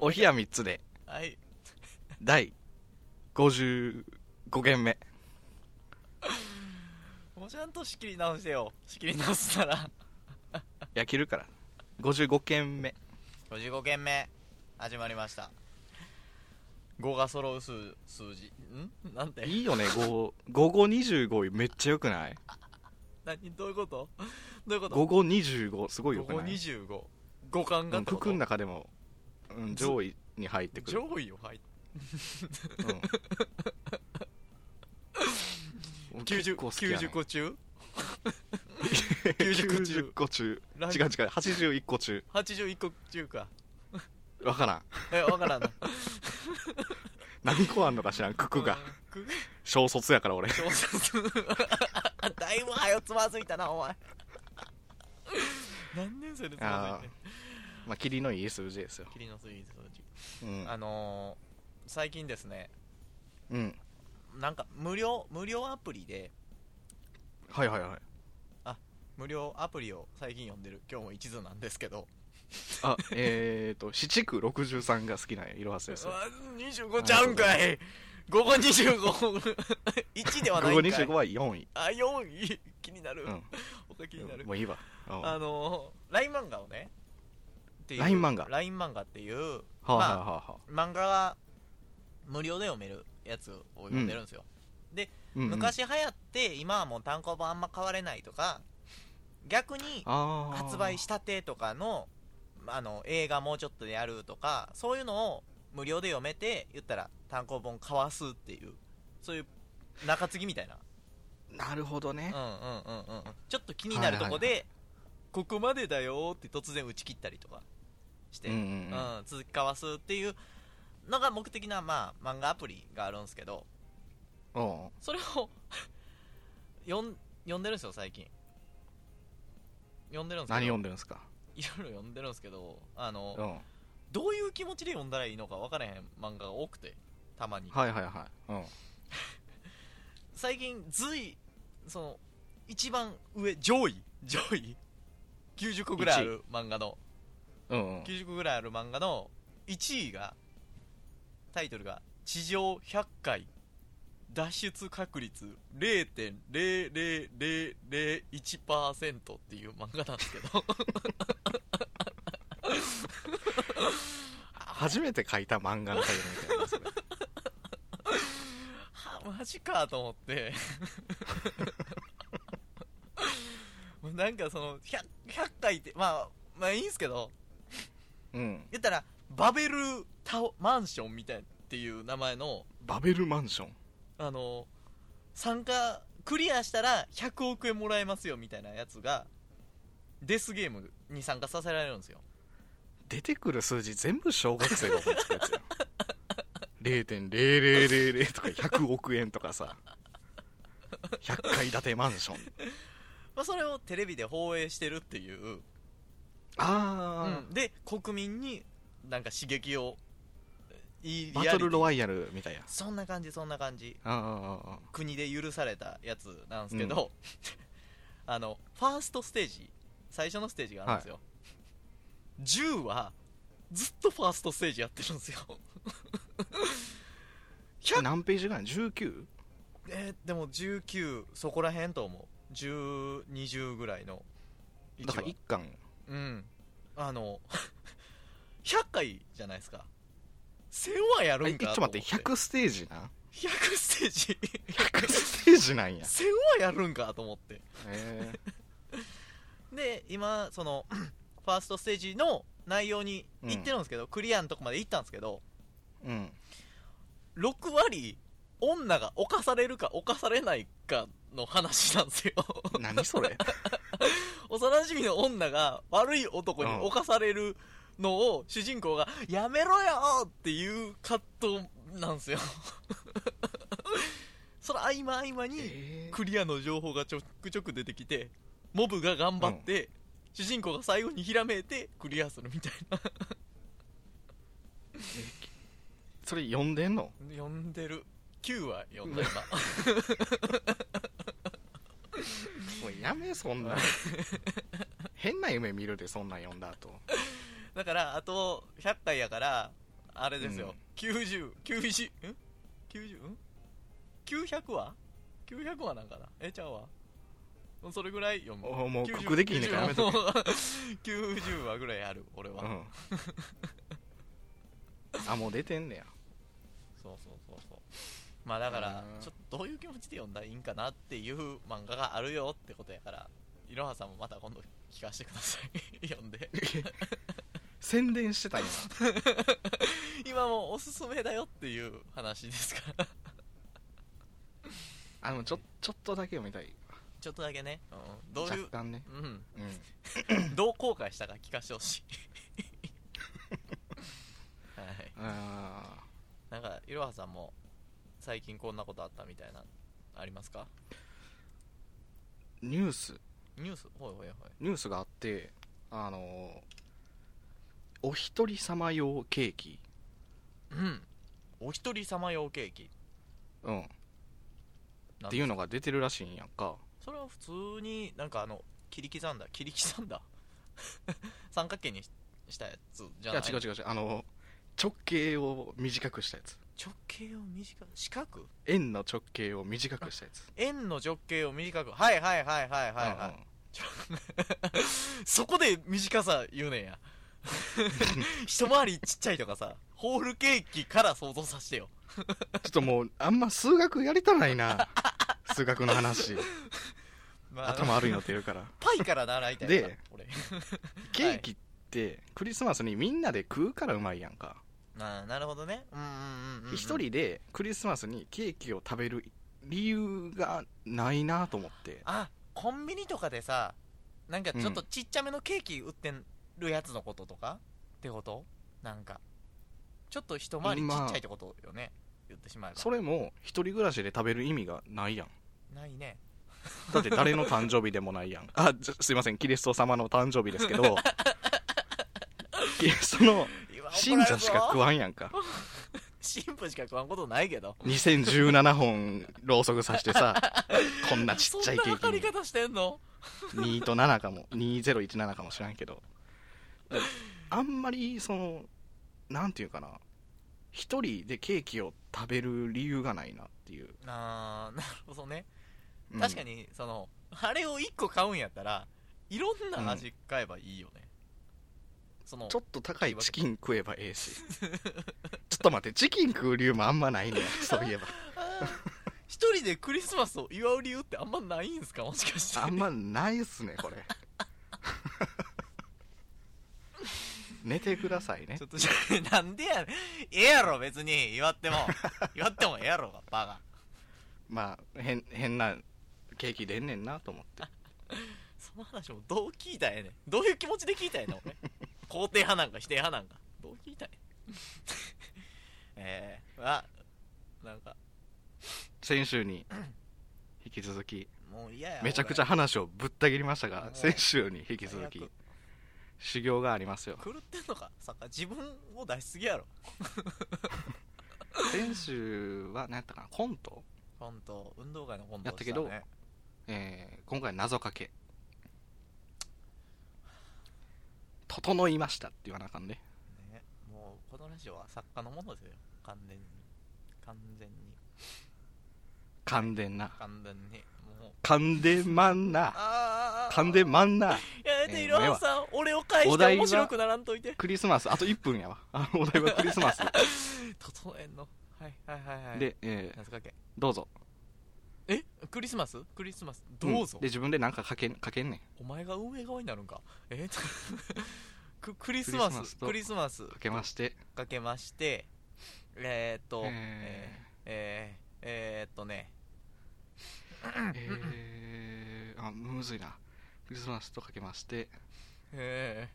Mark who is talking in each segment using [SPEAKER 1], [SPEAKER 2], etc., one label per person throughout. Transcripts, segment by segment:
[SPEAKER 1] お冷や3つで、
[SPEAKER 2] はい。
[SPEAKER 1] 第55軒目。
[SPEAKER 2] もうちゃんと仕切り直してよ。仕切り直すなら。
[SPEAKER 1] 焼けるから。55軒目。
[SPEAKER 2] 55件目、始まりました。5が揃う数数字。んなんて
[SPEAKER 1] いい よね、5、5525めっちゃよくない
[SPEAKER 2] 何どういうことどういうこと
[SPEAKER 1] ?5525 すごいよく
[SPEAKER 2] 5
[SPEAKER 1] ない
[SPEAKER 2] 25。五冠が
[SPEAKER 1] う
[SPEAKER 2] っ
[SPEAKER 1] ん
[SPEAKER 2] て
[SPEAKER 1] 九
[SPEAKER 2] こ
[SPEAKER 1] 九
[SPEAKER 2] と
[SPEAKER 1] の中でも、うん、
[SPEAKER 2] ず
[SPEAKER 1] 上位に入ってくる。
[SPEAKER 2] 上位を入っ
[SPEAKER 1] うん 俺結
[SPEAKER 2] 90
[SPEAKER 1] 構好きやね
[SPEAKER 2] 90個中 90個中
[SPEAKER 1] 90個中違
[SPEAKER 2] ラ
[SPEAKER 1] う
[SPEAKER 2] ン
[SPEAKER 1] 違う81個中
[SPEAKER 2] 81個中か
[SPEAKER 1] わからん
[SPEAKER 2] えわからんな
[SPEAKER 1] 何個あんのか知ら ん九九が
[SPEAKER 2] うん
[SPEAKER 1] 小卒やから俺
[SPEAKER 2] 小説だいぶ早つまずいたなお前何年生でつま
[SPEAKER 1] あ
[SPEAKER 2] ずいて
[SPEAKER 1] まあ霧のいい数字ですよ
[SPEAKER 2] キリノスイーズの時
[SPEAKER 1] うん
[SPEAKER 2] あのー、最近ですね
[SPEAKER 1] うん
[SPEAKER 2] なんか無料無料アプリで
[SPEAKER 1] はいはいはい
[SPEAKER 2] 無料アプリを最近読んでる今日も一途なんですけど
[SPEAKER 1] あえっと七区六十三が好きなんやいろはすです
[SPEAKER 2] うわ25ちゃうんか い午後251ではない
[SPEAKER 1] 五
[SPEAKER 2] ん
[SPEAKER 1] 二
[SPEAKER 2] か
[SPEAKER 1] 十
[SPEAKER 2] い
[SPEAKER 1] 五は四位
[SPEAKER 2] あ4位気になる、
[SPEAKER 1] うん
[SPEAKER 2] 他気になる、
[SPEAKER 1] もういいわうん
[SPEAKER 2] あのー、ライン漫画をねっていう
[SPEAKER 1] ライン漫画
[SPEAKER 2] ライン漫画っていう、
[SPEAKER 1] はあはあ
[SPEAKER 2] まあ、
[SPEAKER 1] はあはあ
[SPEAKER 2] 漫画は無料で読めるやつを読んでるんですよ、
[SPEAKER 1] うんうん
[SPEAKER 2] 昔流行って今はもう単行本あんま買われないとか逆に
[SPEAKER 1] あー
[SPEAKER 2] 発売したてとかのあの映画もうちょっとでやるとかそういうのを無料で読めて言ったら単行本買わすっていうそういう中継ぎみたいな
[SPEAKER 1] なるほど
[SPEAKER 2] うん
[SPEAKER 1] ね
[SPEAKER 2] うんうんうんちょっと気になるとこで、
[SPEAKER 1] は
[SPEAKER 2] ここまでだよって突然打ち切ったりとかして、
[SPEAKER 1] うんうんうん
[SPEAKER 2] うん続き交わすっていうのが目的な、まあ、漫画アプリがあるんですけど
[SPEAKER 1] おう
[SPEAKER 2] それを 読ん読んでるんですよ最近読んでるんですけど
[SPEAKER 1] 何読んでるんですか
[SPEAKER 2] いろいろ読んでるんですけどあの、
[SPEAKER 1] うん
[SPEAKER 2] どういう気持ちで読んだらいいのか分からへん漫画が多くてたまに
[SPEAKER 1] はいはいはいうん
[SPEAKER 2] 最近随その一番上上位上位90個ぐらいある漫画の
[SPEAKER 1] うんうん
[SPEAKER 2] 90個ぐらいある漫画の1位がタイトルが「地上100回脱出確率0.00001%」っていう漫画なんですけど
[SPEAKER 1] 初めて書いた漫画のタイトルみ たいなやつね
[SPEAKER 2] はマジかと思ってもうなんかその 100, 100回ってまあまあいいんすけど
[SPEAKER 1] うん
[SPEAKER 2] 言ったらバベルタワマンションみたいっていう名前の
[SPEAKER 1] バベルマンション
[SPEAKER 2] あの参加クリアしたら100億円もらえますよみたいなやつがデスゲームに参加させられるんですよ
[SPEAKER 1] 出てくる数字全部小学生が思いつくやつや0.0000とか100億円とかさ100階建てマンション
[SPEAKER 2] まあ、それをテレビで放映してるっていう、
[SPEAKER 1] あ
[SPEAKER 2] うんで国民になんか刺激をいい
[SPEAKER 1] あバトルロ
[SPEAKER 2] イ
[SPEAKER 1] ワイヤルみたいや
[SPEAKER 2] そんな感じそんな感じ
[SPEAKER 1] ああ
[SPEAKER 2] 国で許されたやつなんですけど、 あのファーストステージ最初のステージがあるんですよ、10はずっとファーストステージやってるんですよ100
[SPEAKER 1] 何ページぐらい 19?
[SPEAKER 2] えーでも19そこらへんと思う1020ぐらいの
[SPEAKER 1] だから1巻
[SPEAKER 2] うんあの 100回じゃないですか1000はや
[SPEAKER 1] あ
[SPEAKER 2] る
[SPEAKER 1] い
[SPEAKER 2] ん
[SPEAKER 1] ち
[SPEAKER 2] か
[SPEAKER 1] ょっ
[SPEAKER 2] と思
[SPEAKER 1] と
[SPEAKER 2] っ
[SPEAKER 1] 待
[SPEAKER 2] て
[SPEAKER 1] って100ステージな
[SPEAKER 2] 100ステージ
[SPEAKER 1] 100ステー ジなんや
[SPEAKER 2] 1000はやるんかと思って
[SPEAKER 1] へ
[SPEAKER 2] で今そのファーストステージの内容に行ってるんですけど、クリアのとこまで行ったんですけど
[SPEAKER 1] えうん
[SPEAKER 2] 6割女が犯されるか犯されないかの話なんですよ
[SPEAKER 1] 何それ
[SPEAKER 2] 幼馴染の女が悪い男に
[SPEAKER 1] うん
[SPEAKER 2] 犯されるのを主人公が「やめろよ!」っていう葛藤なんですよ その合間合間に、
[SPEAKER 1] え
[SPEAKER 2] クリアの情報がちょくちょく出てきてモブが頑張って、主人公が最後にひらめいてクリアするみたいな
[SPEAKER 1] それ読んでんの
[SPEAKER 2] 読んでる9は読 んだよ
[SPEAKER 1] もうやめそん な変な夢見るでそんなん読んだ後
[SPEAKER 2] なだからあと100回やからあれです
[SPEAKER 1] う
[SPEAKER 2] よ
[SPEAKER 1] ん、
[SPEAKER 2] 90、90、ん ?90、ん ?900 は ?900 はなんかなえ、ちゃうわ。それぐらい読む。
[SPEAKER 1] おもう
[SPEAKER 2] 90
[SPEAKER 1] 国できひんねんからやめとけ
[SPEAKER 2] 90は 90はぐらいある、俺は。
[SPEAKER 1] うん、あもう出てんねや
[SPEAKER 2] そうそうそうそう。まあだから
[SPEAKER 1] う、ん
[SPEAKER 2] ちょっとどういう気持ちで読んだらいいんかなっていう漫画があるよってことやから、いろはさんもまた今度聞かせてください。 読んで。
[SPEAKER 1] 宣伝してた今
[SPEAKER 2] 今もおすすめだよっていう話ですから。
[SPEAKER 1] あのちょちょっとだけ読みたい
[SPEAKER 2] ちょっとだけね、うん、どうい
[SPEAKER 1] 若
[SPEAKER 2] う、
[SPEAKER 1] 干ね
[SPEAKER 2] うん、
[SPEAKER 1] うん
[SPEAKER 2] どう後悔したか聞かせてほしいはい
[SPEAKER 1] あー
[SPEAKER 2] なんかいろはさんも最近こんなことあったみたいなありますか
[SPEAKER 1] ニュース
[SPEAKER 2] ニュースほいほいほい
[SPEAKER 1] ニュースがあってあのお一人様用ケーキ
[SPEAKER 2] うんお一人様用ケーキ
[SPEAKER 1] うんっ
[SPEAKER 2] なん
[SPEAKER 1] ていうのが出てるらしいんやんか
[SPEAKER 2] それは普通になんかあの切り刻んだ切り刻んだ 三角形にししたやつじ
[SPEAKER 1] い
[SPEAKER 2] ゃ
[SPEAKER 1] や
[SPEAKER 2] ない
[SPEAKER 1] 違う違う違うあの直径を短くしたやつ
[SPEAKER 2] 直径を短く四角
[SPEAKER 1] 円の直径を短くしたやつ
[SPEAKER 2] 円の直径を短くはいはいはいはいはいはい、そこで短さ言うねんや。 一回りちっちゃいとかさ、ホールケーキから想像させてよ。
[SPEAKER 1] うんちょっともうあんま数学やりたな いな数学の話
[SPEAKER 2] まあ
[SPEAKER 1] 頭悪いのってるから
[SPEAKER 2] パイから習いたいな
[SPEAKER 1] で
[SPEAKER 2] 俺。
[SPEAKER 1] ケーキってクリスマスにみんなで食うからうまいやんか
[SPEAKER 2] ああ、なるほどね。うんうんうんうん。
[SPEAKER 1] 一、。人でクリスマスにケーキを食べる理由がないなと思って
[SPEAKER 2] あ、コンビニとかでさ、なんかちょっと
[SPEAKER 1] う
[SPEAKER 2] ちっちゃめのケーキ売ってるやつのこととかってことなんか。ちょっと一回りちっちゃいってことよね。言ってしまえば。
[SPEAKER 1] それも一人暮らしで食べる意味がない やん
[SPEAKER 2] ないね。
[SPEAKER 1] だって誰の誕生日でもない やんあじゃすいませんキリスト様の誕生日ですけどキリスト の
[SPEAKER 2] 今怒
[SPEAKER 1] 信
[SPEAKER 2] られ
[SPEAKER 1] 者
[SPEAKER 2] る
[SPEAKER 1] しか食
[SPEAKER 2] わん。
[SPEAKER 1] わんやんか
[SPEAKER 2] 神父しか食わんことないけど。
[SPEAKER 1] 2017本ろうそくさして さこんなちっちゃいケ
[SPEAKER 2] そんな測
[SPEAKER 1] ー
[SPEAKER 2] り
[SPEAKER 1] キ
[SPEAKER 2] 方してんの
[SPEAKER 1] に2と7かも2017かもしらんけどだあんまりそのなんていうかな一人でケーキを食べる理由がないなっていう、
[SPEAKER 2] あーなるほどね、
[SPEAKER 1] うん
[SPEAKER 2] 確かにそのあれを1個買うんやったらいろんな味買えばいいよね、その
[SPEAKER 1] ちょっと高いチキン食えばええしちょっと待ってチキン食う理由もあんま ないねそういえば
[SPEAKER 2] あー一人でクリスマスを祝う理由ってあんまないんすかもしかして
[SPEAKER 1] あんまないっすねこれ 寝てくださいね
[SPEAKER 2] ちょっとしなんでやねんええやろ別に祝っても祝ってもええやろがバカ
[SPEAKER 1] まあ変変なケーキ出んねんなと思って
[SPEAKER 2] その話もどう聞いたんやねんどういう気持ちで聞いたんやねん俺肯定派なんか否定派なんかどう聞いたんや えー、あなんか
[SPEAKER 1] 先週に引き続き
[SPEAKER 2] もう嫌や
[SPEAKER 1] めちゃくちゃ話をぶった切りましたが
[SPEAKER 2] もう
[SPEAKER 1] 先週に引
[SPEAKER 2] 俺
[SPEAKER 1] き続き
[SPEAKER 2] 最悪
[SPEAKER 1] 修行がありますよ
[SPEAKER 2] 狂ってんのかさ自分を出しすぎやろ
[SPEAKER 1] 先週は何やったかなコント、
[SPEAKER 2] コント運動会のコント
[SPEAKER 1] や
[SPEAKER 2] を
[SPEAKER 1] っ
[SPEAKER 2] したた
[SPEAKER 1] け
[SPEAKER 2] ね
[SPEAKER 1] どえー今回謎かけ整いましたって言わなあかんね
[SPEAKER 2] ねもうこのラジオは作家のものですよ完全に完全に
[SPEAKER 1] 感電な
[SPEAKER 2] 完全にもう
[SPEAKER 1] 感電まんな
[SPEAKER 2] あ
[SPEAKER 1] 感電まんな
[SPEAKER 2] やめ
[SPEAKER 1] え
[SPEAKER 2] て
[SPEAKER 1] ー
[SPEAKER 2] いろはさん俺を返し
[SPEAKER 1] お
[SPEAKER 2] て
[SPEAKER 1] 題は
[SPEAKER 2] 面白くならんといて
[SPEAKER 1] クリスマスあと1分やわあのお題はクリス マス
[SPEAKER 2] 整えんのはいはいはいはい
[SPEAKER 1] で、えー
[SPEAKER 2] 謎かけ
[SPEAKER 1] どうぞ
[SPEAKER 2] えクリスマスクリスマスどうぞ
[SPEAKER 1] んで自分で何かかけんかけんねん
[SPEAKER 2] お前が運営側になるんかえ ククリスマ
[SPEAKER 1] クリスマ
[SPEAKER 2] ス
[SPEAKER 1] スと
[SPEAKER 2] クリスマス
[SPEAKER 1] かけまして
[SPEAKER 2] かけましてえー、っと
[SPEAKER 1] えー
[SPEAKER 2] えー、えー、っとね
[SPEAKER 1] えーあむずいなクリスマスとかけまして
[SPEAKER 2] え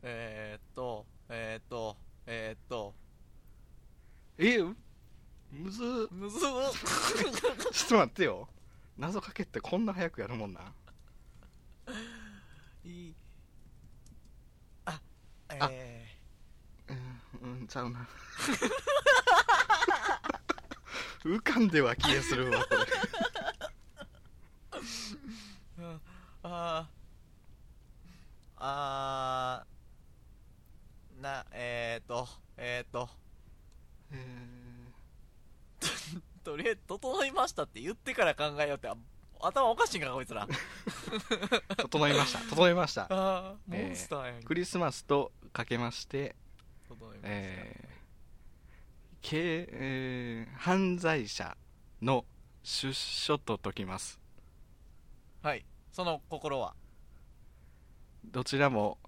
[SPEAKER 2] ー、えー、っとえー、っとえー、っと
[SPEAKER 1] えー、むずー
[SPEAKER 2] むずっ
[SPEAKER 1] ちょっと待ってよ謎かけってこんな早くやるもんない
[SPEAKER 2] いあえ
[SPEAKER 1] うん、うん、ちゃうな浮かんでは消えするわこれ
[SPEAKER 2] ー、うんあーあーなえー、っとえー、っと
[SPEAKER 1] え
[SPEAKER 2] とりあえず整いましたって言ってから考えようってあ頭おかしいんかこいつら
[SPEAKER 1] ー整いました整いました
[SPEAKER 2] あー
[SPEAKER 1] えー
[SPEAKER 2] モンスターやんけ、
[SPEAKER 1] クリスマスとかけまして、
[SPEAKER 2] 整いました、
[SPEAKER 1] えーけえー犯罪者の出所と解きます
[SPEAKER 2] はいその心は
[SPEAKER 1] どちらも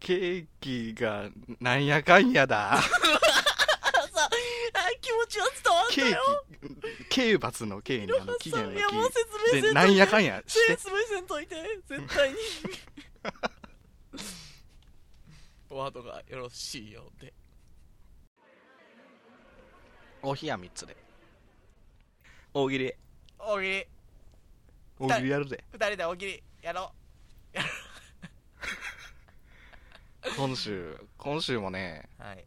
[SPEAKER 1] ケーキがなんやかんや だ
[SPEAKER 2] あらさあ気持ちは伝わん
[SPEAKER 1] ケ
[SPEAKER 2] だ
[SPEAKER 1] ー
[SPEAKER 2] よ
[SPEAKER 1] キ刑罰の刑にあの
[SPEAKER 2] さ
[SPEAKER 1] 期限の
[SPEAKER 2] いやもう説
[SPEAKER 1] 期
[SPEAKER 2] 明せ
[SPEAKER 1] で
[SPEAKER 2] ん
[SPEAKER 1] な
[SPEAKER 2] と
[SPEAKER 1] ん
[SPEAKER 2] い
[SPEAKER 1] や
[SPEAKER 2] て
[SPEAKER 1] かんやして
[SPEAKER 2] 説明せんといて絶 対にワードがよろしいようで
[SPEAKER 1] お冷や3つで大喜利
[SPEAKER 2] 大喜利
[SPEAKER 1] 大喜利やるぜ
[SPEAKER 2] 二人で大喜利やろ
[SPEAKER 1] 今週今週もね
[SPEAKER 2] うはい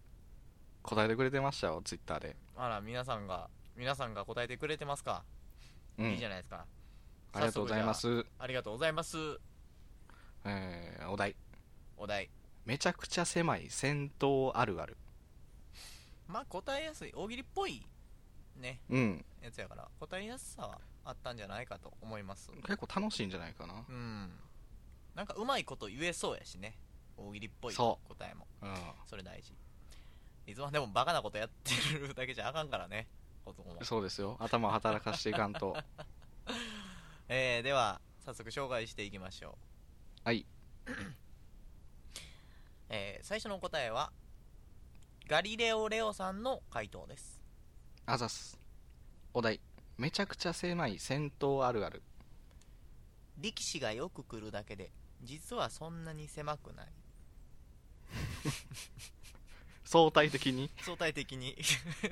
[SPEAKER 1] 答えてくれてましたよツイッターで、
[SPEAKER 2] あら皆さんが皆さんが答えてくれてますか、
[SPEAKER 1] うん、
[SPEAKER 2] いいじゃないですか
[SPEAKER 1] ありがとうございま
[SPEAKER 2] 早速
[SPEAKER 1] す、
[SPEAKER 2] じゃあありがとうございます
[SPEAKER 1] えーお題
[SPEAKER 2] お題
[SPEAKER 1] めちゃくちゃ狭い戦闘あるある
[SPEAKER 2] まあ答えやすい大喜利っぽいね
[SPEAKER 1] うん
[SPEAKER 2] やつやから答えやすさはあったんじゃないかと思います
[SPEAKER 1] 結構楽しいんじゃないかな
[SPEAKER 2] うんなんかうまいこと言えそうやしね大喜利っぽい答
[SPEAKER 1] そ
[SPEAKER 2] えも
[SPEAKER 1] うん
[SPEAKER 2] それ大事いつまでもバカなことやってるだけじゃあかんからね男も
[SPEAKER 1] そうですよ頭を働かしていかん と
[SPEAKER 2] えー、では早速紹介していきましょう
[SPEAKER 1] はい、
[SPEAKER 2] えー、最初の答えはガリレオ・レオさんの回答です
[SPEAKER 1] あざすお題めちゃくちゃ狭い戦闘あるある
[SPEAKER 2] 力士がよく来るだけで実はそんなに狭くない
[SPEAKER 1] 相対的に
[SPEAKER 2] 相対的に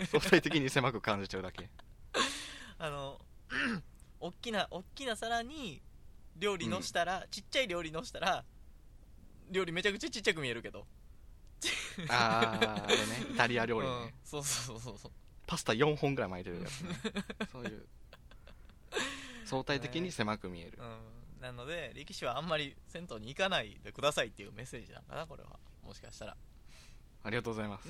[SPEAKER 1] 相対的に狭く感じてるだ け
[SPEAKER 2] あの おっきなおっきな皿に料理のしたら、ちっちゃい料理のしたら料理めちゃくちゃちっちゃく見えるけど
[SPEAKER 1] あああれねイタリア料理ね、
[SPEAKER 2] うんそうそうそうそう
[SPEAKER 1] パスタ4本ぐらい巻いてるやつ ねそういう相対的に狭く見える、
[SPEAKER 2] うん、なので力士はあんまり銭湯に行かないでくださいっていうメッセージなのかなこれはもしかしたら
[SPEAKER 1] ありがとうござい ます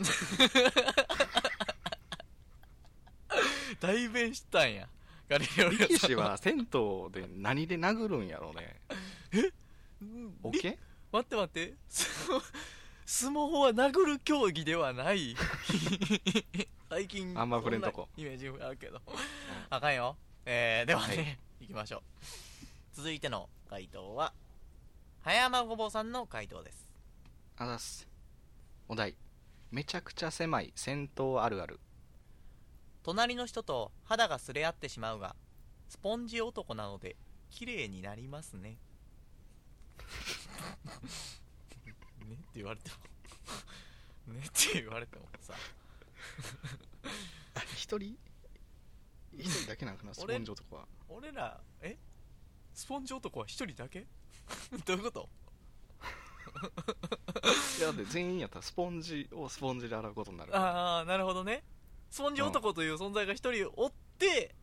[SPEAKER 2] 代弁したんやガリレオ
[SPEAKER 1] 力士は銭湯で何で殴るんやろうね
[SPEAKER 2] うん
[SPEAKER 1] オ
[SPEAKER 2] り
[SPEAKER 1] ケ
[SPEAKER 2] 待って待って 相撲相撲は殴る競技ではない 最近
[SPEAKER 1] あんま触れんとこ
[SPEAKER 2] そなイメージあるけど、あかんよえー、ではね、行きましょう続いての回答は葉山ごぼうさんの回答です
[SPEAKER 1] あざっすお題めちゃくちゃ狭い戦闘あるある
[SPEAKER 2] 隣の人と肌がすれ合ってしまうがスポンジ男なので綺麗になりますね ねって言われても ねって言われてもさ
[SPEAKER 1] 一人一人だけ なんかなスポ
[SPEAKER 2] 俺
[SPEAKER 1] ンジ男は
[SPEAKER 2] 俺らえスポンジ男は一人だけ どういうこと
[SPEAKER 1] いやだって全員やったらスポンジをスポンジで洗うことになるから
[SPEAKER 2] ああなるほどねスポンジ男という存在が一人おって、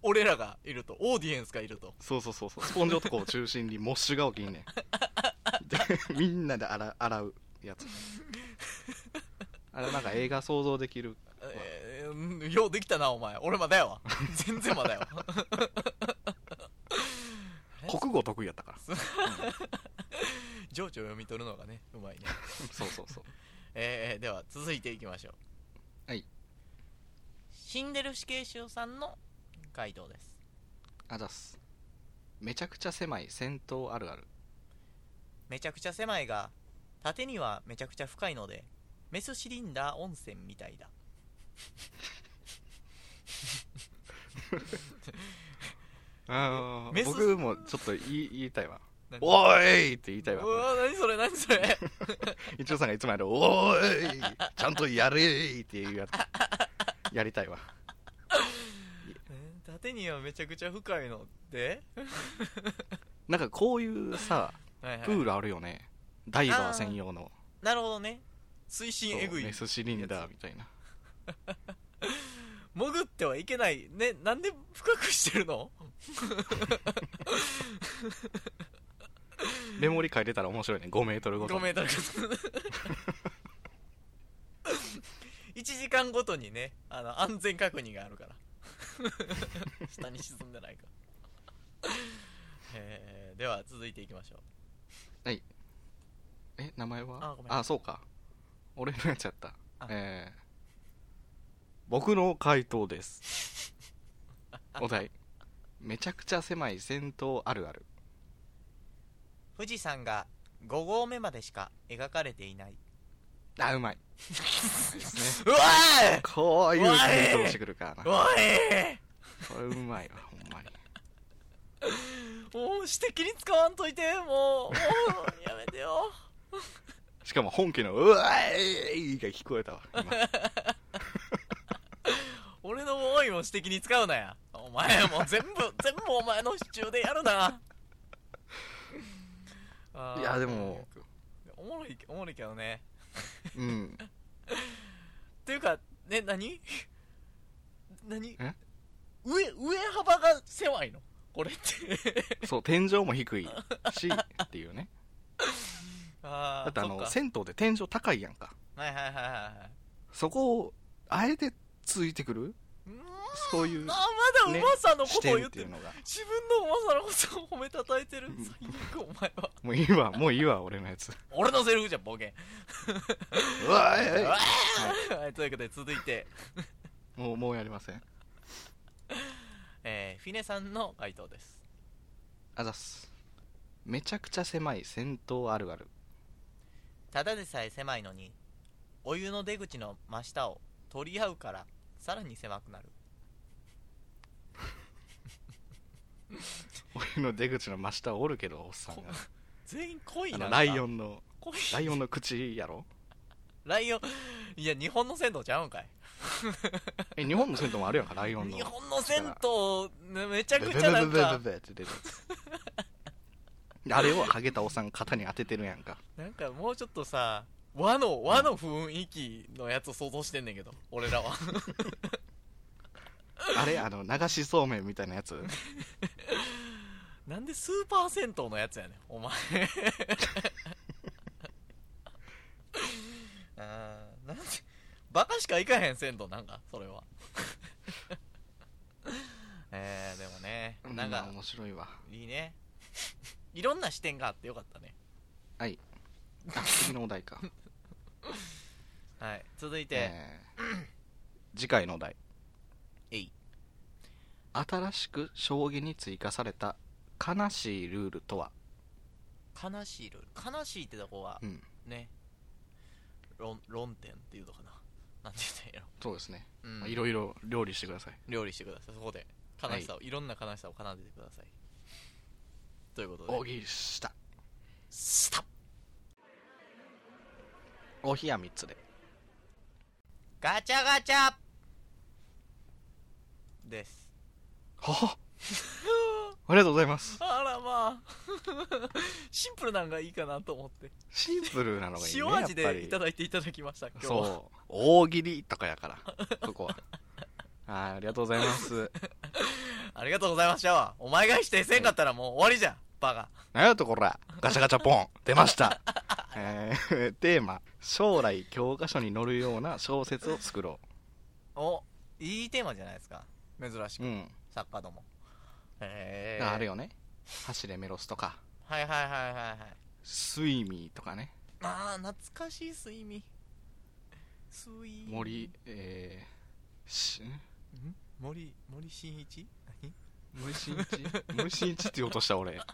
[SPEAKER 2] 俺らがいるとオーディエンスがいると
[SPEAKER 1] そうそうそうそうスポンジ男を中心にモッシュが起きんねんでみんなで洗洗うやつあれなんか映画想像できる
[SPEAKER 2] えーうんようできたなお前俺まだや わ全然まだやわ
[SPEAKER 1] 国語得意やったから
[SPEAKER 2] 情緒を読み取るのがねうまいね
[SPEAKER 1] そうそうそう
[SPEAKER 2] えー、では続いていきましょう
[SPEAKER 1] はい
[SPEAKER 2] シンデル死刑囚さんの回答です
[SPEAKER 1] あざっすめちゃくちゃ狭い戦闘あるある
[SPEAKER 2] めちゃくちゃ狭いが縦にはめちゃくちゃ深いのでメスシリンダー温泉みたいだ
[SPEAKER 1] あ
[SPEAKER 2] メス
[SPEAKER 1] 僕もちょっと言い言いたいわ
[SPEAKER 2] 何
[SPEAKER 1] おーいって言いたいうわ
[SPEAKER 2] わ何それ何そ れ
[SPEAKER 1] 一応さんがいつもやる「おーいちゃんとやれー」っていうやつやりたいわ
[SPEAKER 2] え縦にはめちゃくちゃ深いので、
[SPEAKER 1] なんかこういうさ
[SPEAKER 2] はいはい
[SPEAKER 1] プールあるよねダイバー専用の
[SPEAKER 2] なるほどね水
[SPEAKER 1] そ
[SPEAKER 2] 深えぐ
[SPEAKER 1] う
[SPEAKER 2] い
[SPEAKER 1] メスシリンダーみたいな
[SPEAKER 2] 潜ってはいけないねなんで深くしてるの
[SPEAKER 1] メモリ書いてたら面白いね5メートルごと
[SPEAKER 2] 5
[SPEAKER 1] に
[SPEAKER 2] メートルごと1時間ごとにねあの安全確認があるから 下に沈んでないかえーでは続いていきましょう
[SPEAKER 1] え名前は
[SPEAKER 2] あごめん
[SPEAKER 1] あそうか俺のやつやった
[SPEAKER 2] あ
[SPEAKER 1] えー、僕の回答です お題めちゃくちゃ狭い戦闘あるある
[SPEAKER 2] 富士山が5合目までしか描かれていない
[SPEAKER 1] あうまいうまいです
[SPEAKER 2] う
[SPEAKER 1] ね
[SPEAKER 2] わー
[SPEAKER 1] こういう回答してくるからな
[SPEAKER 2] お
[SPEAKER 1] こ
[SPEAKER 2] い
[SPEAKER 1] れうまいわほんまに
[SPEAKER 2] もう指摘に使わんといてもうもうやめてよ
[SPEAKER 1] しかも本家の「うわい!」が聞こえたわ今
[SPEAKER 2] 俺の思いも指摘に使うなやお前もう 全部全部お前の支柱でやるなあー
[SPEAKER 1] いやでも
[SPEAKER 2] おもろいおもろいけどね
[SPEAKER 1] うん
[SPEAKER 2] っていうかね何何
[SPEAKER 1] え
[SPEAKER 2] 上上幅が狭いのこれって
[SPEAKER 1] そう天井も低いしっていうね
[SPEAKER 2] あ
[SPEAKER 1] だってあの
[SPEAKER 2] せ
[SPEAKER 1] 銭湯で天井高いやんか
[SPEAKER 2] はいはいはいはいはい
[SPEAKER 1] そこをあえてついてくる
[SPEAKER 2] うーん
[SPEAKER 1] そういう
[SPEAKER 2] あまだうまさのこ
[SPEAKER 1] 視
[SPEAKER 2] とを
[SPEAKER 1] 点
[SPEAKER 2] 言
[SPEAKER 1] っ
[SPEAKER 2] ってて
[SPEAKER 1] い
[SPEAKER 2] る
[SPEAKER 1] うのが
[SPEAKER 2] 自分のうまさのことを褒めたたえてる
[SPEAKER 1] うん
[SPEAKER 2] 最悪お前は
[SPEAKER 1] もういいわもういいわ俺のやつ
[SPEAKER 2] 俺のセリフじゃボケ
[SPEAKER 1] うわい
[SPEAKER 2] わー はい、ということで続いて、
[SPEAKER 1] もうもうやりません
[SPEAKER 2] えーフィネさんの回答です
[SPEAKER 1] あざっすめちゃくちゃ狭い戦闘あるある
[SPEAKER 2] ただでさえ狭いのにお湯の出口の真下を取り合うからさらに狭くなる
[SPEAKER 1] 俺の出口の真下おるけどおっさんが
[SPEAKER 2] 全員濃い
[SPEAKER 1] あ
[SPEAKER 2] な
[SPEAKER 1] のライオ
[SPEAKER 2] ン
[SPEAKER 1] ンの
[SPEAKER 2] 濃い
[SPEAKER 1] ライオンの口やろ
[SPEAKER 2] ライオンいや日本の銭湯ちゃうんかい
[SPEAKER 1] え日本の銭湯もあるやんかライオンの
[SPEAKER 2] 日本の銭湯ねめちゃ
[SPEAKER 1] ブ
[SPEAKER 2] く
[SPEAKER 1] ブ
[SPEAKER 2] ちゃなん
[SPEAKER 1] ブブブ
[SPEAKER 2] か
[SPEAKER 1] ブって出るやつあれをハゲたおっさん肩に当ててるやんか
[SPEAKER 2] なんかもうちょっとさ和の和の雰囲気のやつを想像してんねんけど俺らは
[SPEAKER 1] あれあの流しそうめんみたいなやつ
[SPEAKER 2] なんでスーパー銭湯のやつやねんお 前あーなんでバカしか行かへん銭湯なんかそれは えー、でもねなん
[SPEAKER 1] う
[SPEAKER 2] か
[SPEAKER 1] 面白いわ
[SPEAKER 2] いいね いろんな視点があってよかったね
[SPEAKER 1] はいあ次のお 題か
[SPEAKER 2] はい続いて、
[SPEAKER 1] えー次回のお題
[SPEAKER 2] えい
[SPEAKER 1] 新しく将棋に追加された悲しいルールとは、
[SPEAKER 2] 悲しいルール悲しいってとこは
[SPEAKER 1] うん、
[SPEAKER 2] ね論論点っていうのかななんて言
[SPEAKER 1] そうですね、
[SPEAKER 2] うんやろ、う
[SPEAKER 1] まあ
[SPEAKER 2] ん、
[SPEAKER 1] いろいろ料理してください
[SPEAKER 2] 料理してくださいそこで悲しさを、い、ろんな悲しさを奏でてくださいということ
[SPEAKER 1] 大
[SPEAKER 2] で
[SPEAKER 1] 喜利した
[SPEAKER 2] スタッ
[SPEAKER 1] お冷や3つで
[SPEAKER 2] ガチャガチャです
[SPEAKER 1] は ありがとうございます
[SPEAKER 2] あらまあ シンプルなんがいいかなと思って
[SPEAKER 1] シンプルなのがいい ね
[SPEAKER 2] 塩味
[SPEAKER 1] やっぱ
[SPEAKER 2] で
[SPEAKER 1] り
[SPEAKER 2] いただいていただきました今日は
[SPEAKER 1] そう大喜利とかやからそこははいありがとうございます
[SPEAKER 2] ありがとうございましたわお前が否定せんかったらもう終わりじゃんバカ
[SPEAKER 1] なんやとこらガチャガチャポン出ました、えーテーマ将来教科書に載るような小説を作ろ
[SPEAKER 2] おいいテーマじゃないですか珍しく、
[SPEAKER 1] ううん、
[SPEAKER 2] 作家どもへえ
[SPEAKER 1] あれよね走れメロスとか
[SPEAKER 2] はいはいはいはいはい
[SPEAKER 1] スイミーとかね
[SPEAKER 2] あー懐かしい睡眠睡
[SPEAKER 1] 森えー、し
[SPEAKER 2] ん森森進一何
[SPEAKER 1] 森進一森進一って言おうとした俺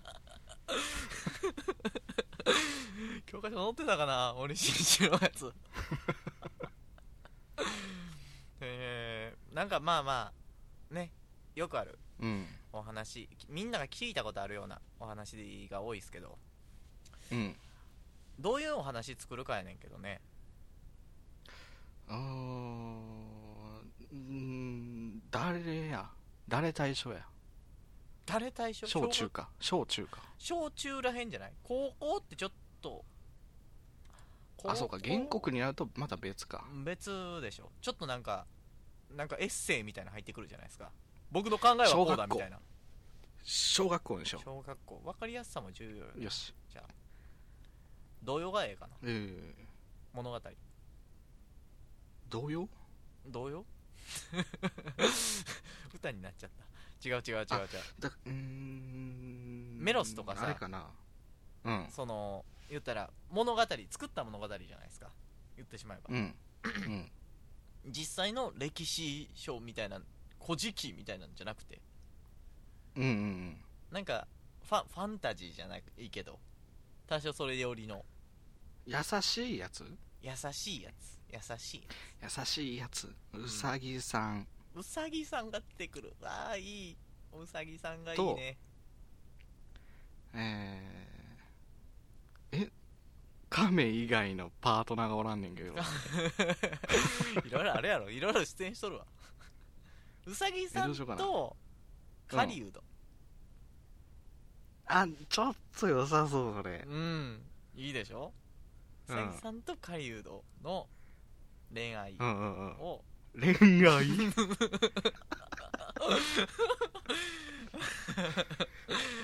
[SPEAKER 2] 教科書載ってたかな森進一のやつ えー、なんかまあまあねよくある
[SPEAKER 1] うん
[SPEAKER 2] お話みんなが聞いたことあるようなお話が多いですけど
[SPEAKER 1] うん
[SPEAKER 2] どういうお話作るかやねんけどね
[SPEAKER 1] あーうん誰や誰対象や
[SPEAKER 2] 誰対象
[SPEAKER 1] 小中
[SPEAKER 2] 学
[SPEAKER 1] か小中か
[SPEAKER 2] 小中らへんじゃない高校ってちょっと
[SPEAKER 1] あそうか原告になるとまた別か
[SPEAKER 2] 別でしょちょっとなんかなんかエッセイみたいなの入ってくるじゃないですか僕の考えはこう
[SPEAKER 1] 小
[SPEAKER 2] だ
[SPEAKER 1] 学校
[SPEAKER 2] みたいな
[SPEAKER 1] 小学校でしょ
[SPEAKER 2] 小学校分かりやすさも重要よね
[SPEAKER 1] よし
[SPEAKER 2] 童謡がええかな
[SPEAKER 1] えー、
[SPEAKER 2] 物語
[SPEAKER 1] 童謡
[SPEAKER 2] 童謡 歌になっちゃった違う違う違う違う
[SPEAKER 1] だうーん
[SPEAKER 2] メロスとかさ
[SPEAKER 1] あれかなうん
[SPEAKER 2] その言ったら物語作った物語じゃないですか言ってしまえば、
[SPEAKER 1] うんうん
[SPEAKER 2] 実際の歴史書みたいな古事記みたいなんじゃなくて
[SPEAKER 1] うんうんうん
[SPEAKER 2] なんかファファンタジーじゃないいけど多少それよりの
[SPEAKER 1] 優しいやつ
[SPEAKER 2] 優しいやつ優しい
[SPEAKER 1] 優しいやつうさぎさん
[SPEAKER 2] うさぎさんが出てくるわあいいうさぎさんがいいね
[SPEAKER 1] えー、え亀以外のパートナーがおらんねん けど
[SPEAKER 2] いろいろあるやろいろいろ出演しとるわうさぎさ
[SPEAKER 1] えど
[SPEAKER 2] ん
[SPEAKER 1] うしようかな
[SPEAKER 2] と
[SPEAKER 1] うん
[SPEAKER 2] 狩人
[SPEAKER 1] あちょっと良さそうそれ
[SPEAKER 2] うん、いいでしょう
[SPEAKER 1] うん
[SPEAKER 2] さぎさんと狩人の恋愛
[SPEAKER 1] うんうんうん
[SPEAKER 2] を
[SPEAKER 1] 恋愛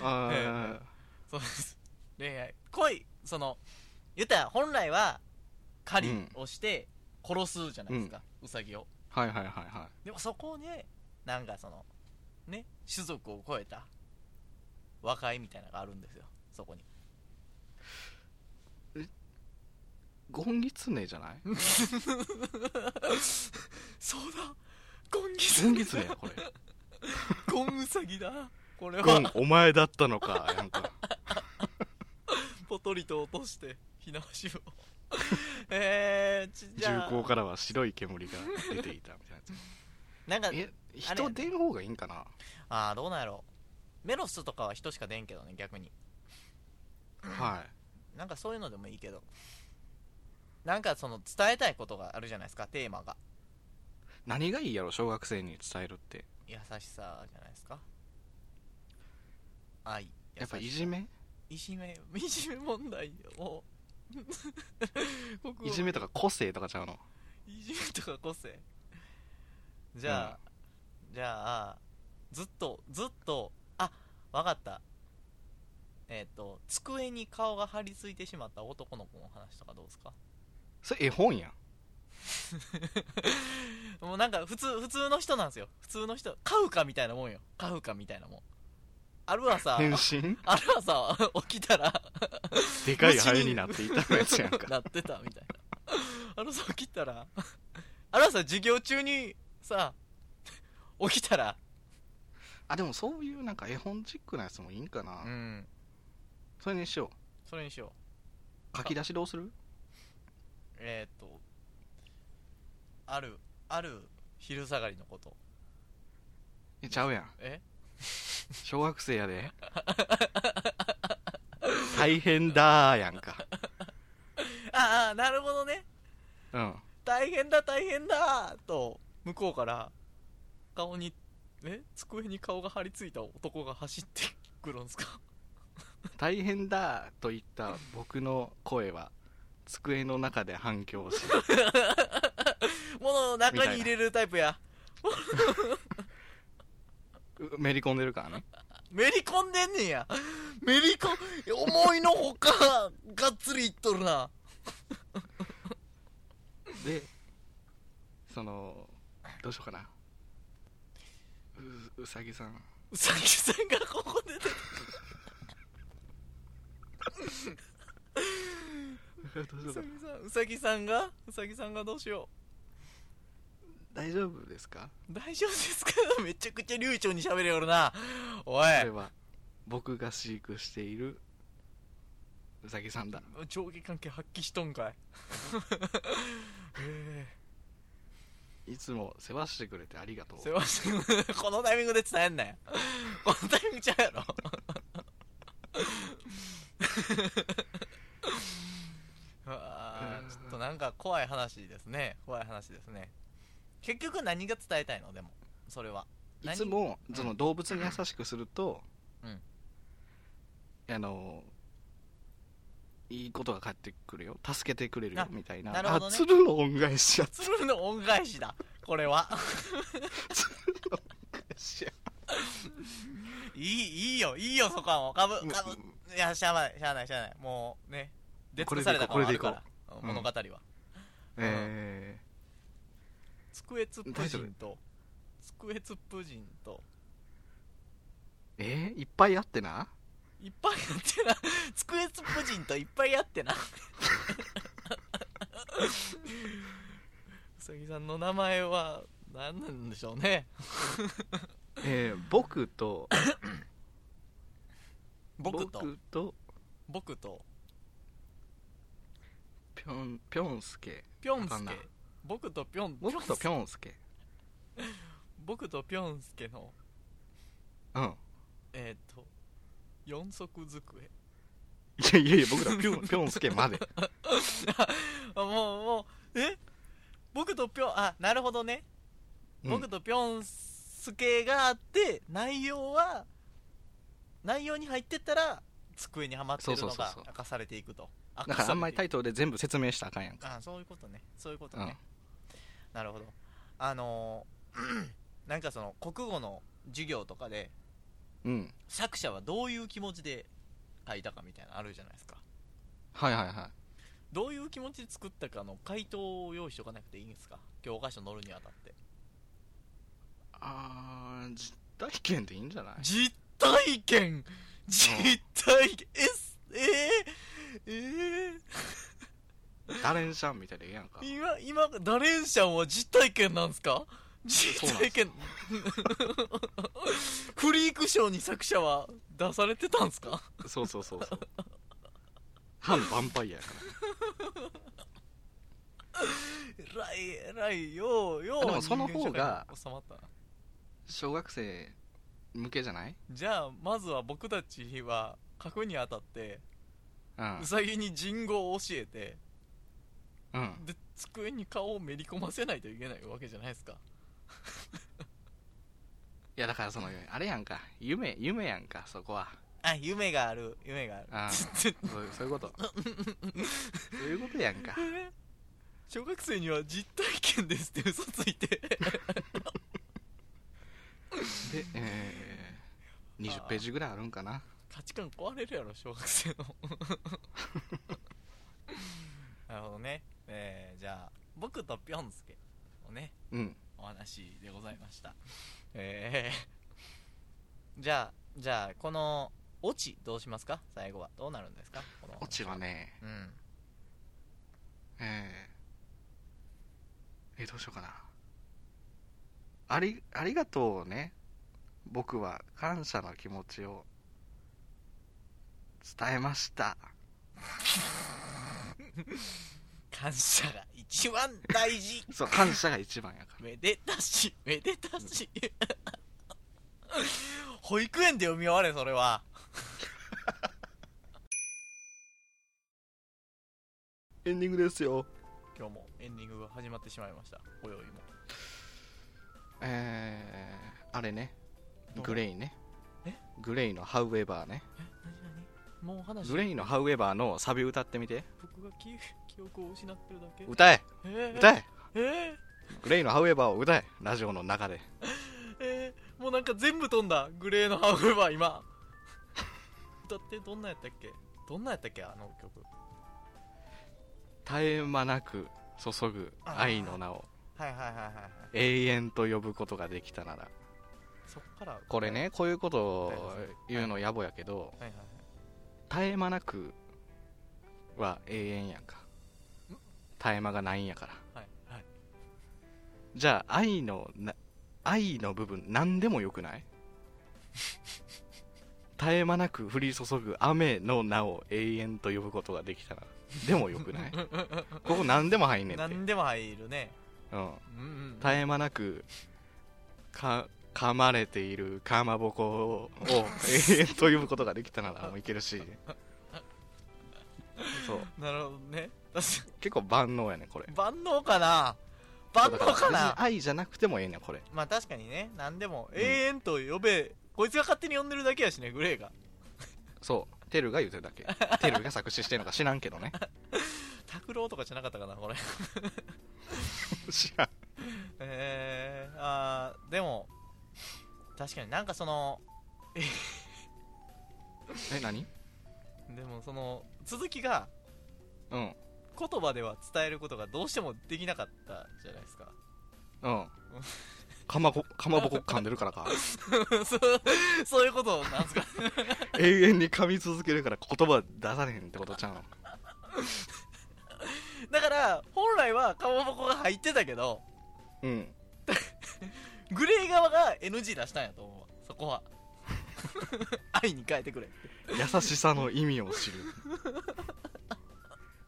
[SPEAKER 1] あ
[SPEAKER 2] そうです恋愛恋その言ったら本来は狩りをして殺すじゃないですか、うさぎを
[SPEAKER 1] ーはいはいはいは
[SPEAKER 2] でもそこねなんかそのね種族を超えた和解みたいなのがあるんですよそこに
[SPEAKER 1] いゴンギツネじゃない
[SPEAKER 2] そうだゴンギ
[SPEAKER 1] ゴンギツネやこれ
[SPEAKER 2] ゴンウサギだこれ
[SPEAKER 1] ゴン
[SPEAKER 2] は
[SPEAKER 1] お前だったのかなん か
[SPEAKER 2] ポトリと落として火直しを えー、ちじ
[SPEAKER 1] 重
[SPEAKER 2] ゃあ
[SPEAKER 1] 厚からは白い煙が出ていたみたい
[SPEAKER 2] なんか
[SPEAKER 1] なやつえ人出ん方がいいんかな
[SPEAKER 2] ああどうなんやろメロスとかは人しか出んけどね逆に
[SPEAKER 1] は
[SPEAKER 2] なんかそういうのでもいいけどなんかその伝えたいことがあるじゃないですかテーマが
[SPEAKER 1] い何がいいやろ小学生に伝えるって
[SPEAKER 2] 優しさじゃないですか愛
[SPEAKER 1] やっぱ
[SPEAKER 2] 優
[SPEAKER 1] い
[SPEAKER 2] しさ
[SPEAKER 1] じめ
[SPEAKER 2] いじめ いじめ問題を 僕を
[SPEAKER 1] いじめとか個性とかちゃうの
[SPEAKER 2] いじめとか個性じゃあ、じゃあずっとずっとあわかったえっ、と机に顔が張り付いてしまった男の子の話とかどうですか
[SPEAKER 1] それ絵本やん
[SPEAKER 2] もうなんか普通普通の人なんですよ普通の人カウカみたいなもんよカウカみたいなもんある朝
[SPEAKER 1] 変 身
[SPEAKER 2] ある朝 起きたら
[SPEAKER 1] でかいハエになっていたやつやんか
[SPEAKER 2] な ってたみたいなあのさ起きたら あのさ授業中にさ起きたら
[SPEAKER 1] あでもそういうなんか絵本チックなやつもいいんかな、
[SPEAKER 2] うん
[SPEAKER 1] それにしよ
[SPEAKER 2] それにしよう
[SPEAKER 1] う書き出しどうする
[SPEAKER 2] えー、っとあるある昼下がりのこと
[SPEAKER 1] えちゃうやん
[SPEAKER 2] え
[SPEAKER 1] 小学生や で大変だーやんか
[SPEAKER 2] ああなるほどね
[SPEAKER 1] うん
[SPEAKER 2] 大変だ大変だと向こうから顔にえ机に顔が張り付いた男が走ってくるんですか
[SPEAKER 1] 大変だーと言った僕の声は机の中で反響し
[SPEAKER 2] 物の中に入れるタイプや
[SPEAKER 1] うめり込んでるからね
[SPEAKER 2] めり込んでんねんやめり込ん思いのほかがっつりいっとるな
[SPEAKER 1] でそのどうしようかなううさぎさん
[SPEAKER 2] うさぎさんがここで出てく
[SPEAKER 1] どう
[SPEAKER 2] る
[SPEAKER 1] しよ
[SPEAKER 2] う
[SPEAKER 1] うか
[SPEAKER 2] さぎさん
[SPEAKER 1] な
[SPEAKER 2] うさぎさんがうさぎさんがどうしよ
[SPEAKER 1] 大丈夫ですか
[SPEAKER 2] う大丈夫ですかめちゃくちゃ流暢に喋れよるなおい
[SPEAKER 1] これは僕が飼育しているうさぎさんだ
[SPEAKER 2] 上下関係発揮しとんかいえ
[SPEAKER 1] いつも世話してくれてありがと
[SPEAKER 2] え
[SPEAKER 1] う
[SPEAKER 2] 世話して このタイミングで伝えんなよこのタイミングちゃうやろ うわあちょっとなんか怖い話ですね怖い話ですね結局何が伝えたいのでもそれはい
[SPEAKER 1] つもその動物に優しくすると、あのいいことが返ってくるよ助けてくれるよ
[SPEAKER 2] あ
[SPEAKER 1] みたいな
[SPEAKER 2] なるほどね
[SPEAKER 1] あ鶴の恩返しや
[SPEAKER 2] 鶴の恩返しだこれは
[SPEAKER 1] しや
[SPEAKER 2] いいいいよいいよそこはもうかぶ
[SPEAKER 1] うん
[SPEAKER 2] かぶいやしゃあないしゃあないしゃあないもうね出尽くされた
[SPEAKER 1] こ
[SPEAKER 2] 感
[SPEAKER 1] れ
[SPEAKER 2] はあ
[SPEAKER 1] で
[SPEAKER 2] る
[SPEAKER 1] いこ
[SPEAKER 2] か
[SPEAKER 1] う
[SPEAKER 2] らうん
[SPEAKER 1] でいこう
[SPEAKER 2] 物語は、
[SPEAKER 1] え
[SPEAKER 2] 机つっぷ人と机つっぷ人と
[SPEAKER 1] ー、えー、いっぱいあってない
[SPEAKER 2] っぱいやってな 机つっぷ人といっぱいやって なうさぎさんの名前は何なんでしょうね
[SPEAKER 1] えー、僕と
[SPEAKER 2] 僕と
[SPEAKER 1] 僕と
[SPEAKER 2] 僕と
[SPEAKER 1] ぴょんぴょんすけ
[SPEAKER 2] ぴょん
[SPEAKER 1] わか
[SPEAKER 2] す
[SPEAKER 1] ん
[SPEAKER 2] け
[SPEAKER 1] ない
[SPEAKER 2] 僕とぴょん
[SPEAKER 1] 僕とぴょんすけ
[SPEAKER 2] 僕とぴょんすけの
[SPEAKER 1] うん
[SPEAKER 2] えっ、と四足机
[SPEAKER 1] いやいやいや僕らぴ ょんぴょんすけまで
[SPEAKER 2] あもうもうえ僕とぴょんあなるほどね、
[SPEAKER 1] うん
[SPEAKER 2] 僕とぴょんすけがあって内容は内容に入ってったら机にはまってるの
[SPEAKER 1] そうそう
[SPEAKER 2] が
[SPEAKER 1] そうそう
[SPEAKER 2] 明かされていくと
[SPEAKER 1] だからあんまりタ
[SPEAKER 2] イ
[SPEAKER 1] イトルで全部説明したらあかんやんか
[SPEAKER 2] あそういうことねそういうことね、なるほどあのー なんかその国語の授業とかで
[SPEAKER 1] うん、うん、
[SPEAKER 2] 作者はどういう気持ちで書いたかみたいなのあるじゃないですか
[SPEAKER 1] はいはいはい
[SPEAKER 2] どういう気持ちで作ったかの回答を用意しておかなくていいんですか教科書載るにあたって
[SPEAKER 1] あー実体験でいいんじゃない
[SPEAKER 2] 実体験実体験えっすえー、え
[SPEAKER 1] ダレンシャンみたいでええやんか
[SPEAKER 2] ー、今今ダレンシャンは実体験なんですか実体験 フリーク賞に作者は出されてたんですか
[SPEAKER 1] そうそうそうそう反ヴァンパイアやか
[SPEAKER 2] えらいえらいようよう
[SPEAKER 1] でもその方
[SPEAKER 2] 人間社会
[SPEAKER 1] が
[SPEAKER 2] に収まったな
[SPEAKER 1] ら小学生向けじゃない
[SPEAKER 2] じゃあまずは僕たちは書くにあたって
[SPEAKER 1] うん
[SPEAKER 2] う、さぎに人語を教えて
[SPEAKER 1] うん、
[SPEAKER 2] で机に顔をめり込ませないといけないわけじゃないですか
[SPEAKER 1] いやだからそのあれやんか夢夢やんかそこは
[SPEAKER 2] あ夢がある夢が
[SPEAKER 1] ああそうそういうことそういうことやんか
[SPEAKER 2] 小学生には実体験ですって嘘ついて
[SPEAKER 1] でえー、20ページぐらいあるんかな
[SPEAKER 2] 価値観壊れるやろ小学生の なるほどねえー、じゃあ僕とぴょんすけをね
[SPEAKER 1] うん
[SPEAKER 2] お話でございましたえー、じゃあじゃあこのオチどうしますか最後はどうなるんですかこの
[SPEAKER 1] オチはね
[SPEAKER 2] うん
[SPEAKER 1] えー、えーどうしようかなありありがとうをね僕は感謝の気持ちを伝えました
[SPEAKER 2] 感謝が一番大事
[SPEAKER 1] そう感謝が一番やから
[SPEAKER 2] めでたしめでたし 保育園で読み終われそれは
[SPEAKER 1] エンディングですよ
[SPEAKER 2] 今日もエンディングが始まってしまいましたおよいも
[SPEAKER 1] えー、あれね
[SPEAKER 2] どう
[SPEAKER 1] グレイね
[SPEAKER 2] え
[SPEAKER 1] グレイの「However」ね
[SPEAKER 2] え何何もう話
[SPEAKER 1] グレイの「However」のサビ歌ってみて
[SPEAKER 2] 僕が記記憶を失ってるだけ
[SPEAKER 1] 歌え
[SPEAKER 2] えー、
[SPEAKER 1] 歌え
[SPEAKER 2] えー
[SPEAKER 1] グレイの「However」を歌えラジオの中で
[SPEAKER 2] えーもうなんか全部飛んだグレーのハーフバー 今歌ってどんなやったっけどんなやったっけあの曲
[SPEAKER 1] 絶え間なく注ぐ愛の名を
[SPEAKER 2] はいはいはいはいはい
[SPEAKER 1] 永遠と呼ぶことができたなら
[SPEAKER 2] そっから
[SPEAKER 1] これねこういうことを言うの野暮やけど
[SPEAKER 2] はいはいはい
[SPEAKER 1] 絶え間なくは永遠やんか絶え間がないんやから
[SPEAKER 2] はいはい
[SPEAKER 1] じゃあ愛のな愛の部分何でもよくない 絶え間なく降り注ぐ雨の名を永遠と呼ぶことができたらでもよく ないここ何でも入んねんって、
[SPEAKER 2] 何でも入るね
[SPEAKER 1] うん、
[SPEAKER 2] うんうん
[SPEAKER 1] 絶え間なくか噛まれているかまぼこ を永遠と呼ぶことができたならもういけるしそう
[SPEAKER 2] なるほどね確か
[SPEAKER 1] 結構万能やねこれ
[SPEAKER 2] に万能かな万能
[SPEAKER 1] だ
[SPEAKER 2] から
[SPEAKER 1] 別に
[SPEAKER 2] な
[SPEAKER 1] 愛じゃなくてもええねんこれ
[SPEAKER 2] まあ確かにね何でも
[SPEAKER 1] ん
[SPEAKER 2] 永遠と呼べこいつが勝手に呼んでるだけやしねグレーが
[SPEAKER 1] そうテルが言うてるだけテルが作詞してるのか知らんけ どね
[SPEAKER 2] 拓郎とかじゃなかったかなこれ
[SPEAKER 1] 知らん
[SPEAKER 2] えー、あーでも確かになんかそのえ
[SPEAKER 1] え何
[SPEAKER 2] でもその続きが
[SPEAKER 1] うん
[SPEAKER 2] 言葉では伝えることがどうしてもできなかったじゃないですか
[SPEAKER 1] うんかまぼかまぼこ噛んでるからか
[SPEAKER 2] そうそういうことなんですか
[SPEAKER 1] 永遠に噛み続けるから言葉出されへんってことちゃうの
[SPEAKER 2] だから本来はかまぼこが入ってたけど
[SPEAKER 1] うん
[SPEAKER 2] グレー側が NG 出したんやと思うわそこは 愛に変えてくれ
[SPEAKER 1] 優しさの意味を知る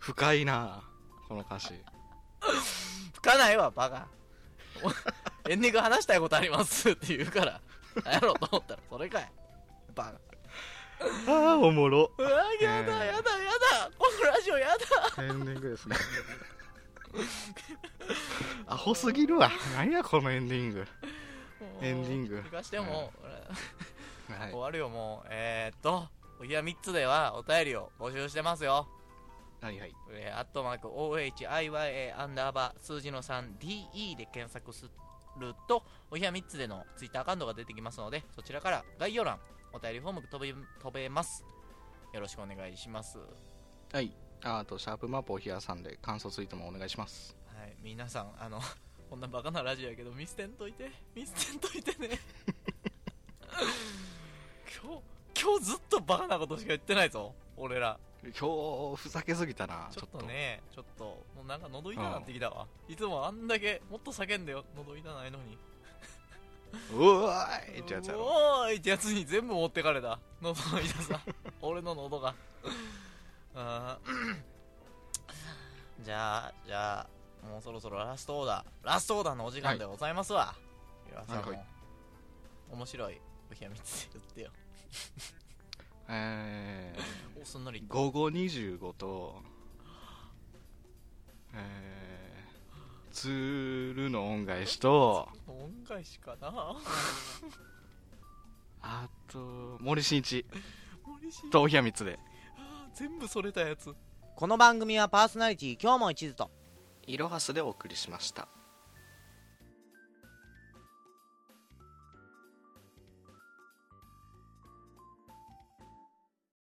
[SPEAKER 1] 深いなこの歌詞
[SPEAKER 2] 吹かないわバカ おエンディング話したいことありますって言うから何やろうと思ったらそれかいバカ
[SPEAKER 1] ああおもろ
[SPEAKER 2] うわやだやだやだこのラジオやだ
[SPEAKER 1] エンディングですね アホすぎるわ何やこのエンディング
[SPEAKER 2] もう
[SPEAKER 1] エンディング
[SPEAKER 2] 吹かしても、俺
[SPEAKER 1] はい
[SPEAKER 2] 終わるよもうえー、っといや3つではお便りを募集してますよ
[SPEAKER 1] はいはい
[SPEAKER 2] えー、アットマーク OHIYA アンダーバー数字の 3DE で検索するとお部屋3つでのツイッターアカウントが出てきますのでそちらから概要欄お便りフォーム飛べ飛べますよろしくお願いしますは
[SPEAKER 1] はいああとシャープマップを冷やさんで感想ツイートもお願いします
[SPEAKER 2] い皆さんあの こんなバカなラジオやけど見捨てんといて見捨てんといてね 今日今日ずっとバカなことしか言ってないぞ俺ら
[SPEAKER 1] 今日ふざけすぎたな
[SPEAKER 2] ちょっとねちょっともうなんか喉痛なってきたわ、いつもあんだけもっと叫んでよ喉痛ないのに
[SPEAKER 1] ちょっとうわーいってやつやろ
[SPEAKER 2] おーいってやつに全部持ってかれた喉の痛 さ俺の喉が あー じゃあじゃあもうそろそろラストオーダーラストオーダーのお時間でございますわ、皆さんも
[SPEAKER 1] はいはい
[SPEAKER 2] 面白い部屋見つ言ってよ
[SPEAKER 1] え
[SPEAKER 2] おすんなり
[SPEAKER 1] ー、午後25とえー、ツールの恩返しと
[SPEAKER 2] 恩返しか な
[SPEAKER 1] あと森進一
[SPEAKER 2] 森進
[SPEAKER 1] とおひやみつで
[SPEAKER 2] あー全部それたやつ
[SPEAKER 3] この番組はパーソナリティ今日も一途と
[SPEAKER 1] いろはすでお送りしました